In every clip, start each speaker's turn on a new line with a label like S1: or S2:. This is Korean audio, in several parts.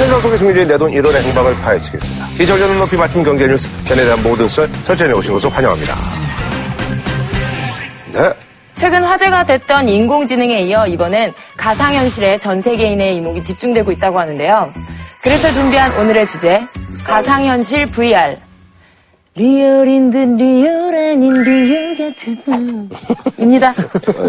S1: 시장 속에 숨겨진 내돈 1원의 행방을 파헤치겠습니다. 이 전련을 높이 맞춘 경제 뉴스, 전에 대한 모든 썰, 설전에 오신 것을 환영합니다. 네.
S2: 최근 화제가 됐던 인공지능에 이어 이번엔 가상현실에 전 세계인의 이목이 집중되고 있다고 하는데요. 그래서 준비한 오늘의 주제, 가상현실 VR. 리얼인 듯 리얼 아닌 리얼 같은 입니다.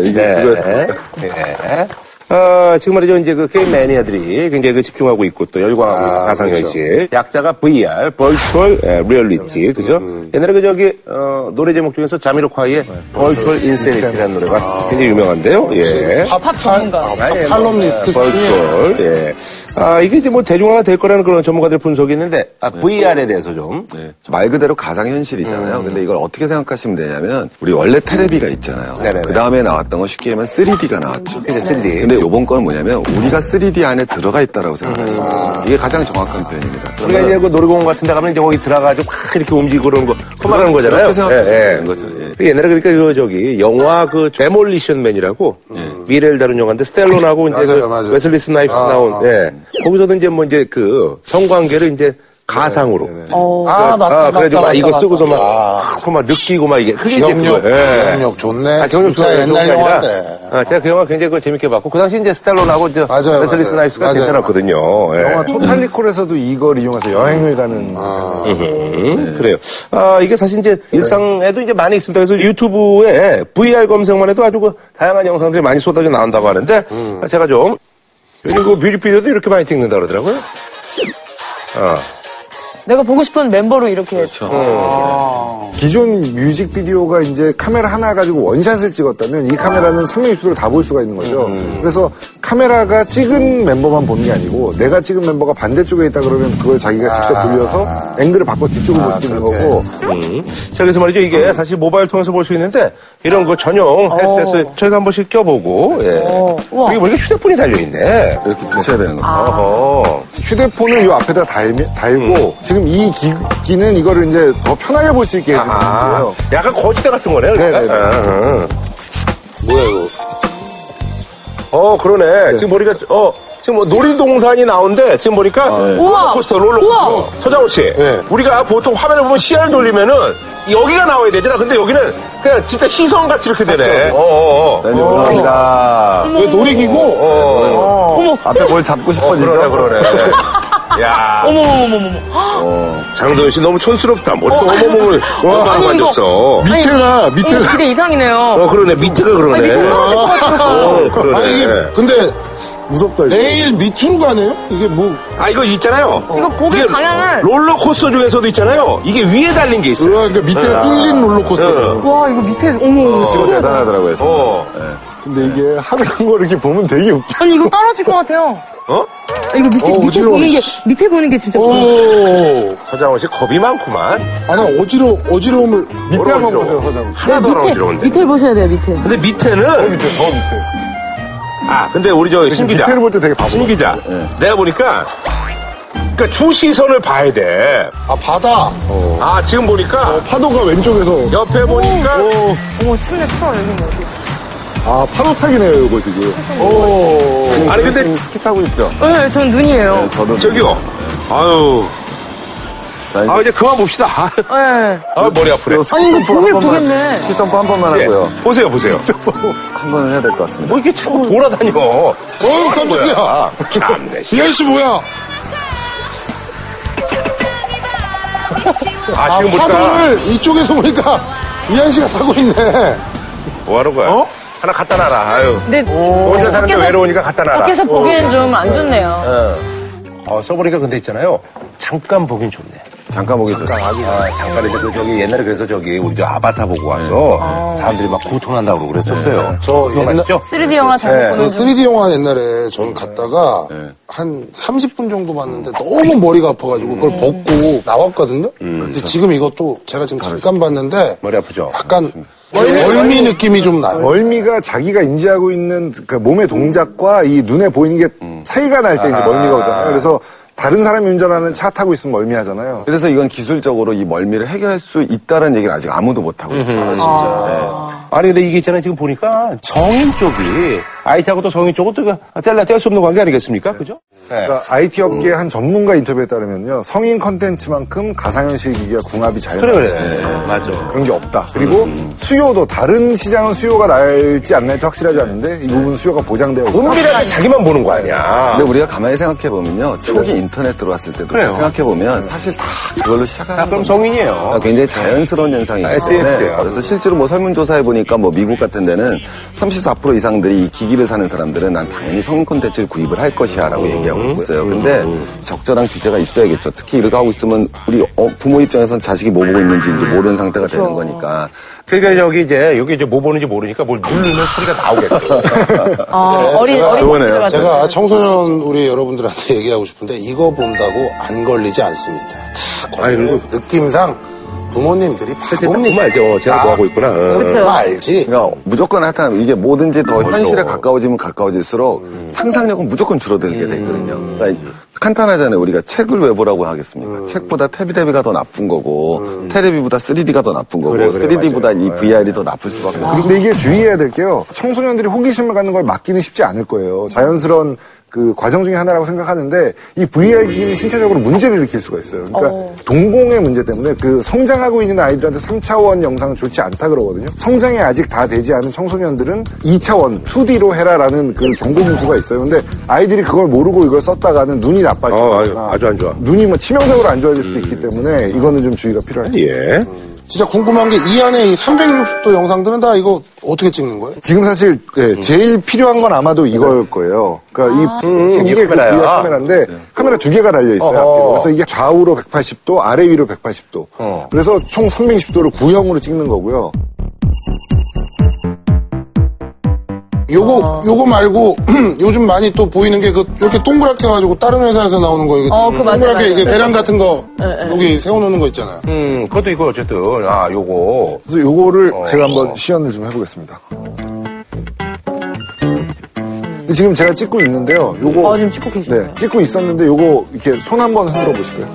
S1: 네. 네. 어, 지금 말이죠. 이제 그 게임 매니아들이 굉장히 그 집중하고 있고 또 열광하고 있는 가상현실. 약자가 VR, Virtual 예, Reality. 그죠? 옛날에 그 저기, 어, 노래 제목 중에서 자미로콰이의 네. Virtual Insanity라는 노래가 굉장히 유명한데요. 예.
S2: 팝 전문가.
S3: 아,
S4: 아, 팔럼니스트
S1: 뭐, 벌꿀. 예. 아, 이게 이제 뭐 대중화가 될 거라는 그런 전문가들의 분석이 있는데, 아,
S4: 네.
S1: VR에 대해서 좀.
S4: 말
S1: 음.
S4: 그대로 가상현실이잖아요. 근데 이걸 어떻게 생각하시면 되냐면 우리 원래 테레비가 있잖아요.
S1: 네네네. 네,
S4: 그 다음에 나왔던 건 쉽게 얘기하면 3D가 나왔죠.
S1: 그죠, 3D.
S4: 근데 요번 거는 뭐냐면 우리가 3D 안에 들어가 있다라고 생각하시면
S1: 음.
S4: 돼요. 이게 가장 정확한 표현입니다.
S1: 우리가 이제 그 놀이공원 같은 데 가면 이제 거기 들어가가지고 막 이렇게 움직이고 그러는 거. 그만하는 거잖아요.
S4: 그렇죠. 그렇게 생각하시면
S1: 예, 예.
S4: 되는 거죠. 예.
S1: 그 옛날에 그러니까 그 저기 영화 그 데몰리션 맨이라고
S4: 네.
S1: 미래를 다룬 영화인데 스텔론하고 이제
S3: 맞아요,
S1: 그
S3: 맞아요.
S1: 웨슬리 스나이프스
S3: 아,
S1: 나온
S3: 아.
S1: 예. 거기서도 이제 뭐 이제 그 성관계를 이제 가상으로 그러니까
S2: 어,
S3: 아, 맞다, 맞다,
S1: 그래가지고 막
S3: 맞다,
S1: 이거
S3: 맞다.
S1: 쓰고서 막,
S3: 아,
S1: 아, 막 느끼고 막 이게 그게 이제
S3: 기억력,
S1: 그거예요. 예.
S3: 기억력 좋네.
S1: 아, 기억력
S3: 진짜
S1: 좋아요.
S3: 옛날
S1: 좋은 게 아니라,
S3: 영화인데.
S1: 아, 제가 그 영화 굉장히 그걸 재밌게 봤고 그 당시 이제 스텔론하고 이제
S3: 맞아요,
S1: 웨슬리
S3: 맞아요.
S1: 스나이프스가
S3: 맞아요,
S1: 괜찮았거든요. 예.
S5: 영화 토탈리콜에서도 이걸 이용해서 여행을 가는
S3: 아. 네.
S1: 음, 그래요. 아, 이게 사실 이제 일상에도 이제 많이 있습니다. 그래서 유튜브에 VR 검색만 해도 아주 그 다양한 영상들이 많이 쏟아져 나온다고 하는데,
S3: 음.
S1: 아, 제가 좀, 요즘 그 뮤직비디오도 이렇게 많이 찍는다 그러더라고요.
S2: 내가 보고 싶은 멤버로 이렇게.
S5: 기존 뮤직비디오가 이제 카메라 하나 가지고 원샷을 찍었다면 이 카메라는 360도를 다 볼 수가 있는 거죠.
S3: 음,
S5: 그래서 카메라가 찍은 멤버만 보는 게 아니고 내가 찍은 멤버가 반대쪽에 있다 그러면 그걸 자기가 직접 돌려서 앵글을 바꿔 뒤쪽으로 볼 수 있는
S3: 아. 그렇게.
S5: 거고
S1: 음. 자, 그래서 말이죠.
S3: 음.
S1: 이게 사실 모바일 통해서 볼 수 있는데, 이런 그
S3: 어.
S1: 전용 헤드셋을 저희가 한 번씩 껴보고, 예.
S2: 어, 우와.
S1: 이게 뭐 이렇게 휴대폰이 달려있네.
S4: 이렇게 붙여야 되는 거죠.
S1: 아.
S3: 아.
S1: 어허.
S5: 휴대폰을 이 앞에다 달면- 달고
S3: 음.
S5: 지금 이 기, 는 이거를 이제 더 편하게 볼 수 있게 해주는
S1: 아,
S5: 거예요.
S1: 약간 거지대 같은 거네요.
S5: 네, 네,
S1: 그러니까?
S5: 네.
S1: 아,
S3: 뭐야, 이거.
S1: 어, 그러네. 지금 보니까, 어, 지금 뭐 놀이동산이 나오는데, 지금 보니까, 어, 롤러코스터,
S2: 우와.
S1: 롤러코스터. 서장훈 씨.
S3: 네.
S1: 우리가 보통 화면을 보면 시야를 돌리면은, 여기가 나와야 되잖아. 근데 여기는, 그냥 진짜 시선같이 이렇게 되네. 어어어. 어.
S4: 네, 죄송합니다.
S3: 이거 놀이기구?
S4: 어, 앞에 뭘 잡고 싶어지죠?
S1: 그러네, 그러네. 야
S2: 어머머머머머.
S1: 장도연 씨 너무 촌스럽다. 머리 또 어머머머. 너무
S2: 아니, 이거.
S1: 만졌어.
S3: 밑에가,
S2: 이거
S3: 밑에가.
S2: 진짜 이상이네요.
S1: 어, 그러네. 밑에가 그러네. 어, 그러네.
S3: 아, 이게, 근데
S5: 무섭다 이거.
S3: 레일 밑으로 가네요? 이게 뭐,
S1: 아, 이거 있잖아요.
S2: 이거 고개
S1: 이게
S2: 방향을.
S1: 롤러코스터 중에서도 있잖아요. 이게 위에 달린 게 있어요.
S3: 으아, 그러니까 밑에가 뚫린 롤러코스터.
S2: 와, 이거 밑에, 어머, 어머.
S4: 이거 대단하더라고요. 정말.
S1: 어.
S5: 근데 이게 하는 거 이렇게 보면 되게 웃겨.
S2: 아니, 이거 떨어질 것 같아요.
S1: 어?
S2: 이거 밑에,
S3: 어,
S2: 밑에
S3: 어지러워.
S2: 보는 게, 밑에 보는 게
S5: 어,
S2: 진짜.
S3: 오,
S2: 무서워.
S1: 서장훈 씨 겁이 많구만.
S3: 아, 나 어지러, 어지러움을.
S5: 밑에 한번
S1: 어려워.
S5: 보세요, 사장.
S1: 하나도 안 어지러운데.
S2: 밑에 보셔야 돼요, 밑에.
S1: 근데 밑에는
S5: 밑에, 더 밑에.
S1: 아 근데 우리 저 신기자
S5: 밑에를 볼 때 되게 바보.
S1: 신기자 내가 보니까 그러니까 주시선을 봐야 돼.
S3: 아, 바다.
S5: 어.
S3: 어,
S1: 아 지금 보니까
S5: 파도가 왼쪽에서.
S1: 옆에 보니까
S2: 어머, 춥네, 추워, 여기 뭐.
S5: 아, 파도 타기네요, 이거 지금.
S1: 아니 근데
S4: 지금 스키 타고 있죠?
S2: 네, 전 눈이에요.
S4: 저도.
S1: 저기요. 아유. 아 이제 그만 봅시다. 아,
S2: 네.
S1: 아, 머리 아프네.
S2: 아니, 이거 보길
S4: 한 번만-
S2: 보겠네.
S4: 스키 점프 한 번만
S1: 예.
S4: 하고요.
S1: 보세요 보세요.
S4: 한 번은 해야 될 것 같습니다.
S1: 뭐 이렇게 자꾸 돌아다녀. 어
S3: 깜짝이야.
S1: 참네.
S3: 이현 씨 뭐야?
S1: 아
S3: 아,
S1: 지금 보니까
S3: 파도를 이쪽에서 보니까 이현 씨가 타고 있네.
S1: 뭐하는 거야?
S3: 어?
S1: 하나 갖다 놔라. 아유.
S2: 근데
S1: 혼자 사는데
S2: 밖에서-
S1: 외로우니까 갖다 놔라.
S2: 밖에서 보기엔 좀 안 좋네요.
S1: 어, 써보니까 근데 있잖아요. 잠깐 보긴 좋네.
S4: 잠깐 보겠습니다.
S1: 아, 잠깐 이제 그 저기 옛날에 그래서 저기 우리 저 아바타 보고 와서 사람들이 막 구토난다고 그러고 그랬었어요.
S3: 저
S1: 그거
S3: 옛날-
S1: 맞죠?
S2: 3D 영화
S1: 네.
S2: 잘못
S3: 그
S2: 보는 중.
S3: 3D 영화 옛날에 저는 갔다가
S5: 네.
S3: 한 30분 정도 봤는데 너무 머리가 아파가지고
S5: 음.
S3: 그걸 벗고 나왔거든요. 근데 지금 이것도 제가 지금 잠깐 봤는데
S1: 머리 아프죠?
S3: 약간 멀미 느낌이 좀 나요.
S5: 멀미가 자기가
S4: 음. 아.
S5: 인지하고 있는 그 몸의 동작과 이 눈에 보이는 게 차이가 날 때 이제 멀미가 오잖아요. 그래서 다른 사람이 운전하는 차 타고 있으면 멀미하잖아요.
S4: 그래서 이건 기술적으로 이 멀미를 해결할 수 있다는 얘기를 아직 아무도 못하고 있어요.
S1: 아니 근데 이게 있잖아요 지금 보니까 정인 쪽이 IT하고 또 정인 쪽은 또 뗄라 뗄 수 없는 관계 아니겠습니까? 그죠? 네.
S5: 그러니까 IT 업계
S4: 음.
S5: 한 전문가 인터뷰에 따르면요. 성인 컨텐츠만큼 가상현실 기기와 궁합이 잘
S1: 그래
S5: 맞-
S1: 그래 네, 맞아.
S5: 그런 게 없다. 그리고
S4: 음.
S5: 수요도 다른 시장은 수요가 날지 안 날지 확실하지 않은데 이 부분 수요가 보장되어 있다.
S1: 은밀하게 자기만 보는 거 아니야.
S4: 근데 우리가 가만히 생각해 보면요, 초기 인터넷 들어왔을 때도
S1: 네. 그래요.
S4: 생각해 보면 사실 다 그걸로 시작하는
S1: 아, 그럼
S4: 겁니다.
S1: 성인이에요.
S4: 굉장히 자연스러운 현상이기 때문에
S1: SF야.
S4: 그래서 실제로 뭐 설문조사해 보니까 뭐 미국 같은 데는 34% 이상들이 이 기기를 사는 사람들은 난 당연히 성인 콘텐츠를 구입을 할 것이야라고
S1: 음.
S4: 얘기하고 있어요. 근데 적절한 규제가 있어야겠죠. 특히 이렇게 하고 있으면 우리 어, 부모 입장에선 자식이 뭐 보고 있는지
S1: 음.
S4: 이제 모르는 상태가 되는 거니까
S1: 그러니까 저기 이제 여기 이제 뭐 보는지 모르니까 뭘 누르면 소리가 나오겠죠.
S2: 어, 어린, 어린 분들한테.
S3: 네, 제가 청소년 우리 여러분들한테 얘기하고 싶은데 이거 본다고 안 걸리지 않습니다. 다 걸려요.
S1: 아니,
S3: 느낌상 부모님들이 다 봅니다.
S1: 정말 저 제가 뭐 하고 있구나. 어.
S2: 그쵸.
S3: 그 알지.
S4: 그러니까 무조건 하여튼 이게 뭐든지 더 현실에 가까워지면 가까워질수록
S1: 음.
S4: 상상력은 무조건 줄어들게 돼 있거든요. 그러니까 간단하잖아요. 우리가 책을 왜 보라고
S1: 음.
S4: 하겠습니까? 책보다 테레비가 더 나쁜 거고 테레비보다 3D가 더 나쁜 거고 3D보다 이 VR이
S1: 네.
S4: 더 나쁠 수밖에
S1: 아.
S4: 없고
S5: 근데 이게 주의해야 될 게요. 청소년들이 호기심을 갖는 걸 막기는 쉽지 않을 거예요. 자연스러운 그 과정 중에 하나라고 생각하는데 이 VR 기기 신체적으로 문제를 일으킬 수가 있어요. 그러니까 동공의 문제 때문에 그 성장하고 있는 아이들한테 3차원 영상은 좋지 않다 그러거든요. 성장이 아직 다 되지 않은 청소년들은 2차원 2D로 해라라는 그 경고 문구가 있어요. 근데 아이들이 그걸 모르고 이걸 썼다가는 눈이
S1: 어,
S5: 나빠지거나
S1: 아주- 아주 안 좋아. 음.
S5: 눈이 뭐 치명적으로 안 좋아질 수도 있기 때문에 이거는 좀 주의가 필요할 거예요.
S1: 예.
S3: 진짜 궁금한 게 이 안에 이 360도 영상들은 다 이거 어떻게 찍는
S1: 음.
S3: 거예요?
S5: 지금 사실 예, 제일 필요한 건 아마도 이걸 거예요. 그러니까 이 이게
S1: 네. 아. 이게
S5: 그
S1: 카메라야. 네.
S5: VR 카메라인데 카메라 두 개가 달려 있어요.
S1: 어허.
S5: 앞뒤로. 그래서 이게 좌우로 180도, 아래 위로 180도.
S1: 어.
S5: 그래서 총 360도를 구형으로 찍는 거고요.
S2: 아.
S3: 요거 요거 말고 요즘 많이 또 보이는 게 그 이렇게 동그랗게 해가지고 다른 회사에서 나오는 거 이거
S2: 어, 그거 맞아요,
S3: 동그랗게
S2: 맞아요. 예,
S3: 이게 배란 같은 거 여기 세워놓는 거 있잖아요.
S1: 음, 그것도 이거 어쨌든 아 요거
S5: 그래서 요거를 제가 한번 시연을 좀 해보겠습니다. 근데 지금 제가 찍고 있는데요. 요거
S2: 어, 지금 찍고 계시네요.
S5: 네, 찍고 있었는데 요거 이렇게 손 한번 흔들어 보실까요?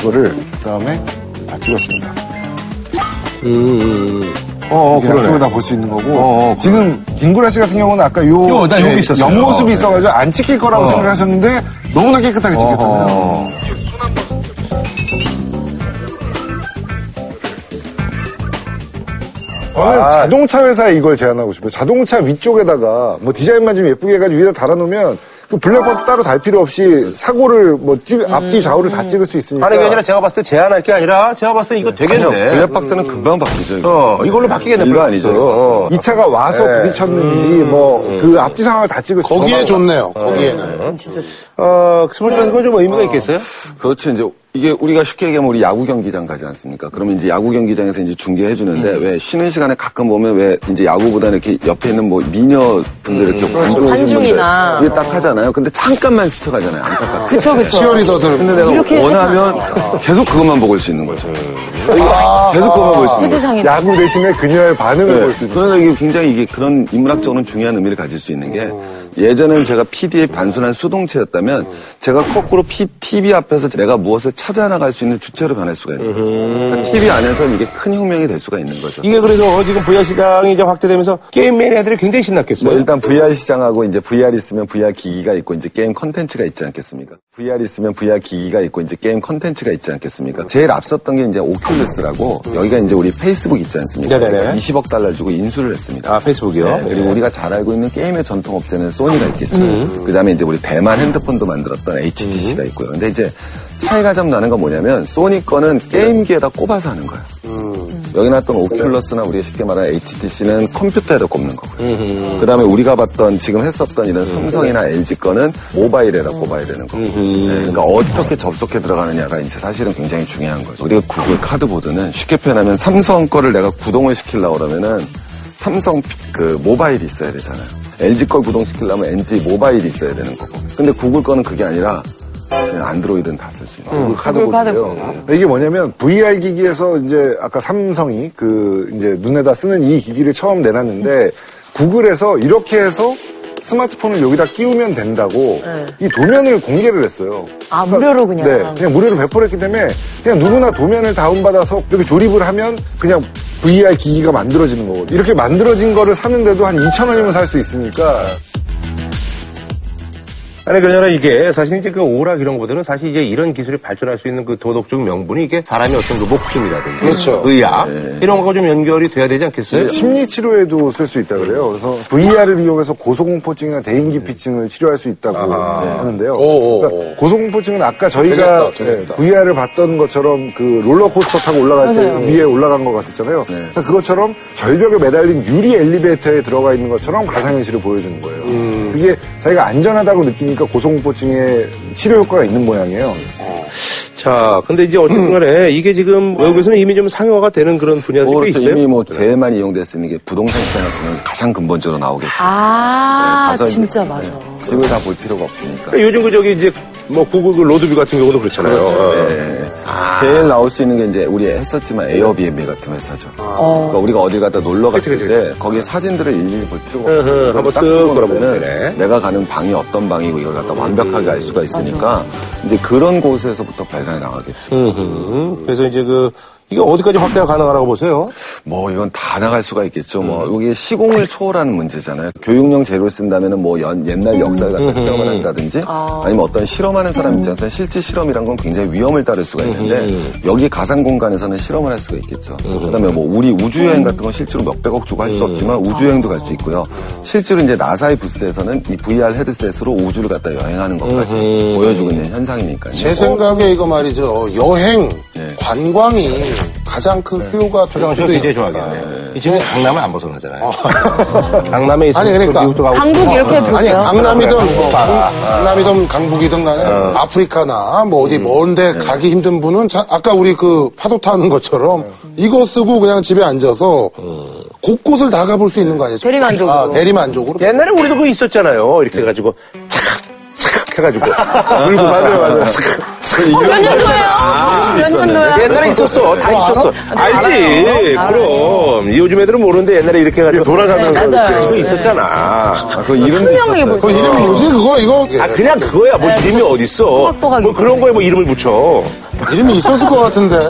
S5: 이거를 그다음에 다 찍었습니다. 음,
S1: 어, 어
S5: 양쪽을
S1: 그러네.
S5: 다 볼 수 있는 거고
S1: 어, 어,
S5: 지금 김구라 씨 같은 경우는 아까 요,
S1: 요, 나 여기 있었어요.
S5: 옆모습이
S1: 어, 네.
S5: 있어가지고 안 찍힐 거라고 생각하셨는데 너무나 깨끗하게 찍혔잖아요
S1: 어.
S5: 저는 아,
S1: 아.
S5: 자동차 회사에 이걸 제안하고 싶어요 자동차 위쪽에다가 뭐 디자인만 좀 예쁘게 해가지고 위에다 달아놓으면 그 블랙박스 따로 달 필요 없이 사고를 뭐 찍, 앞뒤 좌우를 다 찍을 수 있으니까
S1: 아니 그게 아니라 제가 봤을 때 제안할 게 아니라 제가 봤을 때 이거
S4: 그냥
S1: 되겠네.
S4: 블랙박스는 금방 바뀌죠. 이거.
S1: 어, 이걸로 바뀌겠네.
S4: 일도
S1: 블랙박스.
S4: 아니죠.
S1: 어.
S5: 이 차가 와서 부딪혔는지 뭐
S1: 음.
S5: 그 앞뒤 상황을 다 찍을 수
S3: 거기에
S5: 있어요.
S3: 좋네요. 거기에는.
S1: 어, 스몰 같은 건좀 의미가 있겠어요?
S4: 그렇지 그렇죠. 이제 이게 우리가 쉽게 얘기하면 우리 야구 경기장 가지 않습니까? 그러면 이제 야구 경기장에서 이제 중계해
S2: 네.
S4: 주는데 왜 쉬는 시간에 가끔 보면 왜 이제 야구보다 이렇게 옆에 있는 뭐 미녀 분들 이렇게 관중 오신
S2: 음. 그렇죠. 관중이나.
S4: 분들 이게 딱 하잖아요. 근데 잠깐만 스쳐가잖아요. 안타깝게.
S2: 그쵸, 그쵸.
S3: 치어리더들.
S4: 근데 내가
S2: 이렇게 네. 해서
S4: 원하면 계속 그것만 보고 올 수 있는 거죠. 계속 그것만 보고 올 수
S2: 그
S4: 있는 거죠.
S2: 세상에.
S5: 야구 대신에 그녀의 반응을
S1: 네.
S5: 볼 수 있는
S4: 그러니까 이게 굉장히 이게 그런 인문학적으로는 중요한 의미를 가질 수 있는 게
S5: 어.
S4: 예전에는 제가 PD의 단순한 수동체였다면 제가 거꾸로 P, TV 앞에서 내가 무엇을 찾아 나갈 수 있는 주체로 변할 수가 있는 거죠. 그러니까 TV 안에서는 이게 큰 혁명이 될 수가 있는 거죠.
S1: 이게 그래서 지금 VR 시장이 이제 확대되면서 게임 매니아들이 굉장히
S4: 뭐
S1: 신났겠어요.
S4: 일단 VR 시장하고 이제 VR 있으면 VR 기기가 있고 이제 게임 컨텐츠가 있지 않겠습니까? VR 있으면 VR 기기가 있고 이제 게임 컨텐츠가 있지 않겠습니까? 제일 앞섰던 게 이제 오큘러스라고 여기가 이제 우리 페이스북 있지 않습니까?
S1: 네네네.
S4: 그러니까 20억 달러 주고 인수를 했습니다.
S1: 아, 페이스북이요?
S4: 네, 그리고 우리가 잘 알고 있는 게임의 전통 업체는 소니가 있겠죠. 그다음에 음. 이제 우리 대만 핸드폰도 만들었던 HTC가 있고요. 근데 이제 차이가 좀 나는 건 뭐냐면 소니 거는 게임기에다 꼽아서 하는 거예요. 여기 나왔던 오큘러스나 우리가 쉽게 말하는 HTC는 컴퓨터에다 꼽는 거고요. 그다음에 우리가 봤던 지금 했었던 이런 삼성이나 LG 거는 모바일에다 꼽아야 되는 거고. 네, 그러니까 어떻게 접속해 들어가느냐가 이제 사실은 굉장히 중요한 거죠. 그리고 구글 카드보드는 쉽게 표현하면 삼성 거를 내가 구동을 시키려고 그러면은 삼성 그 모바일이 있어야 되잖아요. LG 걸 구동시키려면 LG 모바일이 있어야 되는 거고. 근데 구글 거는 그게 아니라 그냥 안드로이드는 다 쓸 수 있는 거예요.
S5: 카드보드요. 이게 뭐냐면 VR 기기에서 이제 아까 삼성이 그 이제 눈에다 쓰는 이 기기를 처음 내놨는데 구글에서 이렇게 해서 스마트폰을 여기다 끼우면 된다고 이 도면을 공개를 했어요.
S2: 네. 아, 무료로 그냥?
S5: 네, 그냥 무료로 배포를 했기 때문에 그냥 누구나 도면을 다운받아서 이렇게 조립을 하면 그냥 VR 기기가 만들어지는 거거든요. 이렇게 만들어진 거를 사는데도 한 2천 원이면 살 수 있으니까
S1: 아니 그러나 이게 사실 이제 그 오락 이런 것보다는 사실 이제 이런 기술이 발전할 수 있는 그 도덕적 명분이 이게 사람이 어떤 그 목숨이라든지
S3: 그렇죠.
S1: 의학 이런 거가 좀 연결이 돼야 되지
S3: 네.
S1: 않겠어요?
S5: 예, 심리 치료에도 쓸 수 있다 그래요. 그래서 VR을 이용해서 고소공포증이나 대인기피증을 치료할 수 있다고 하는데요. 그러니까
S3: 오, 오, 오.
S5: 고소공포증은 아까
S3: 되겠다,
S5: 저희가
S3: 되겠다.
S5: VR을 봤던 것처럼 그 롤러코스터 타고 올라갈 때 위에 올라간 것 같았잖아요.
S3: 네.
S5: 그것처럼 절벽에 매달린 유리 엘리베이터에 들어가 있는 것처럼 가상현실을 보여주는 거예요.
S3: 음.
S5: 그게 자기가 안전하다고 느끼니까 고소공포증에 치료 효과가 있는 모양이에요.
S1: 자, 근데 이제 어쨌든 간에 이게 지금 외국에서는 이미 좀 상용화가 되는 그런 분야들이
S4: 그렇죠.
S1: 있어요.
S4: 이미 뭐 제일 많이 이용될 수 있는 게 부동산 시장 같은 경우는 가장 근본적으로 나오겠죠.
S2: 아,
S4: 가서 이제,
S2: 진짜
S4: 네,
S2: 맞아.
S4: 집을 다 볼 필요가 없으니까.
S1: 그러니까 요즘 그 저기 이제 뭐 구글 그 로드뷰 같은 경우도 그렇잖아요. 어.
S4: 네. 제일 나올 수 있는 게 이제 우리 했었지만 에어비앤비 같은 회사죠. 그러니까 우리가 어딜 갔다 놀러 갔을
S1: 아. 그치,
S4: 때 거기 사진들을 일일이 볼 필요가
S1: 어허,
S4: 없어요.
S1: 한번
S4: 딱
S1: 쓱
S4: 보고
S1: 돌아보면 음.
S4: 나면은
S1: 되네.
S4: 내가 가는 방이 어떤 방이고 이걸 갖다 완벽하게 알 수가 있으니까 이제 그런 곳에서부터 발전이 나가겠죠.
S1: 음흠. 그래서 이제 그 이게 어디까지 확대가 가능하라고 보세요?
S4: 뭐 이건 다 나갈 수가 있겠죠. 뭐 여기 시공을 초월하는 문제잖아요. 교육용 재료를 쓴다면은 뭐 연- 옛날 역사를 갖다 체험을 한다든지 음, 아니면 음. 어떤 실험하는 사람 입장에서 실제 실험이란 건 굉장히 위험을 따를 수가 있는데 여기 가상 공간에서는 실험을 할 수가 있겠죠. 음, 그다음에 음. 뭐 우리 우주 여행 같은 건 실제로 몇백억 주고 할 수 없지만 우주 여행도 갈 수 있고요. 실제로 이제 나사의 부스에서는 이 VR 헤드셋으로 우주를 갖다 여행하는 것까지 보여주고 있는 현상이니까요.
S3: 제 생각에 이거 말이죠. 여행,
S5: 네.
S3: 관광이 가장 큰 효가 될 수도
S1: 굉장히
S3: 있다.
S1: 좋아하겠네. 이 지금 강남을 안 벗어나잖아요. 강남에 있으면
S3: 아니, 그러니까.
S1: 또 미국도 가고
S2: 강북 이렇게
S3: 아니
S2: 해보세요.
S3: 강남이든 뭐, 강남이든 강북이든 간에 아프리카나 뭐 어디 먼데 가기 힘든 분은 자- 아까 우리 그 파도 타는 것처럼 이거 쓰고 그냥 집에 앉아서 곳곳을 다 가볼 수 있는 거 아니에요?
S2: 대리만족으로.
S3: 아, 대리만족으로.
S1: 옛날에 우리도 그거 있었잖아요. 이렇게 해가지고 착각 착각 해가지고 물고 맞아요 맞아요.
S2: 어, 몇 년도예요? 몇 년도야?
S1: 옛날에 있었어. 다 있었어. 뭐 아, 알지. 그럼. 요즘 애들은 모르는데 옛날에 이렇게 해가지고 돌아가면서
S2: 네, 맞아요.
S1: 그거 있었잖아.
S4: 아, 그 이름도
S2: 투명하게 보여.
S4: 있었어요.
S3: 그 이름이 뭐지? 그거 이거 예.
S1: 아 그냥 그거야. 뭐 이름이 어딨어.
S2: 또박또박
S1: 뭐 그런 거에 뭐 이름을 붙여.
S3: 이름이 있었을 것 같은데.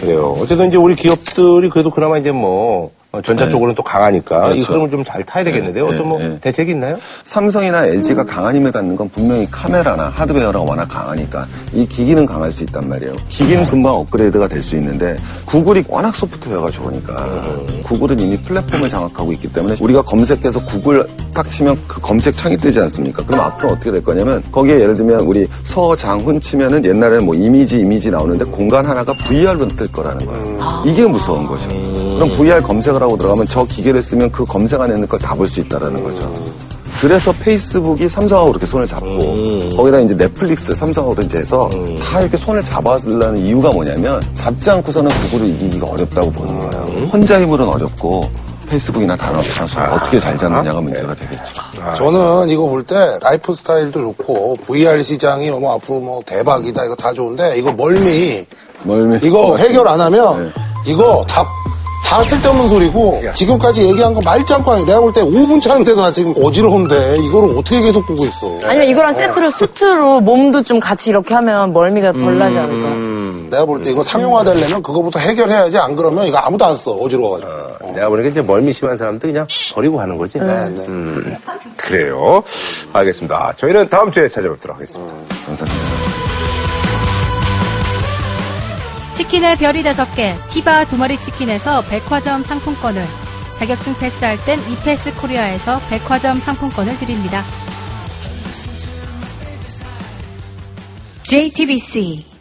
S1: 그래요. 어쨌든 이제 우리 기업들이 그래도 그나마 이제 뭐 어, 전자 쪽으로는 또 강하니까 이
S4: 그렇죠.
S1: 흐름을 좀 잘 타야 되겠는데요. 어떤 뭐
S4: 네.
S1: 대책이 있나요?
S4: 삼성이나 LG가 강한 힘을 갖는 건 분명히 카메라나 하드웨어가 워낙 강하니까 이 기기는 강할 수 있단 말이에요. 기기는 금방 업그레이드가 될 수 있는데 구글이 워낙 소프트웨어가 좋으니까 구글은 이미 플랫폼을 장악하고 있기 때문에 우리가 검색해서 구글 딱 치면 그 검색 창이 뜨지 않습니까? 그럼 앞으로 어떻게 될 거냐면 거기에 예를 들면 우리 서장훈 치면은 옛날에는 뭐 이미지 이미지 나오는데 공간 하나가 VR로 뜰 거라는 거예요. 이게 무서운 거죠. 그럼 VR 검색을 하고 들어가면 저 기계를 쓰면 그 검색 안에 있는 걸 다 볼 수 있다라는 거죠. 그래서 페이스북이 삼성하고 이렇게 손을 잡고 거기다 이제 넷플릭스 삼성하고도 이제 해서 다 이렇게 손을 잡아달라는 이유가 뭐냐면 잡지 않고서는 구글을 이기기가 어렵다고 보는 거예요. 혼자 힘으로는 어렵고 페이스북이나 다른 업체랑 어떻게 잘 잡느냐가 문제가 되겠죠.
S3: 저는 이거 볼 때 라이프 스타일도 좋고 VR 시장이 뭐 앞으로 뭐 대박이다 이거 다 좋은데 이거 멀미
S4: 멀미.
S3: 이거 해결 안 하면 이거 답 다 쓸데없는 소리고 지금까지 얘기한 거 말짱꽝이 야 내가 볼 때 5분 차인데도 나 지금 어지러운데 이걸 어떻게 계속 보고 있어
S2: 아니면 이거랑 세트로 수트로 몸도 좀 같이 이렇게 하면 멀미가 덜 나지 않을까?
S3: 내가 볼 때 이거 상용화 되려면 그거부터 해결해야지 안 그러면 이거 아무도 안 써 어지러워가지고
S1: 어, 내가 보니까 이제 멀미 심한 사람들 그냥 버리고 하는 거지.
S3: 네네
S1: 그래요. 알겠습니다. 저희는 다음 주에 찾아뵙도록 하겠습니다.
S4: 감사합니다.
S6: 치킨의 별이 다섯 개, 티바 두 마리 치킨에서 백화점 상품권을, 자격증 패스할 땐 이패스 코리아에서 백화점 상품권을 드립니다.
S7: JTBC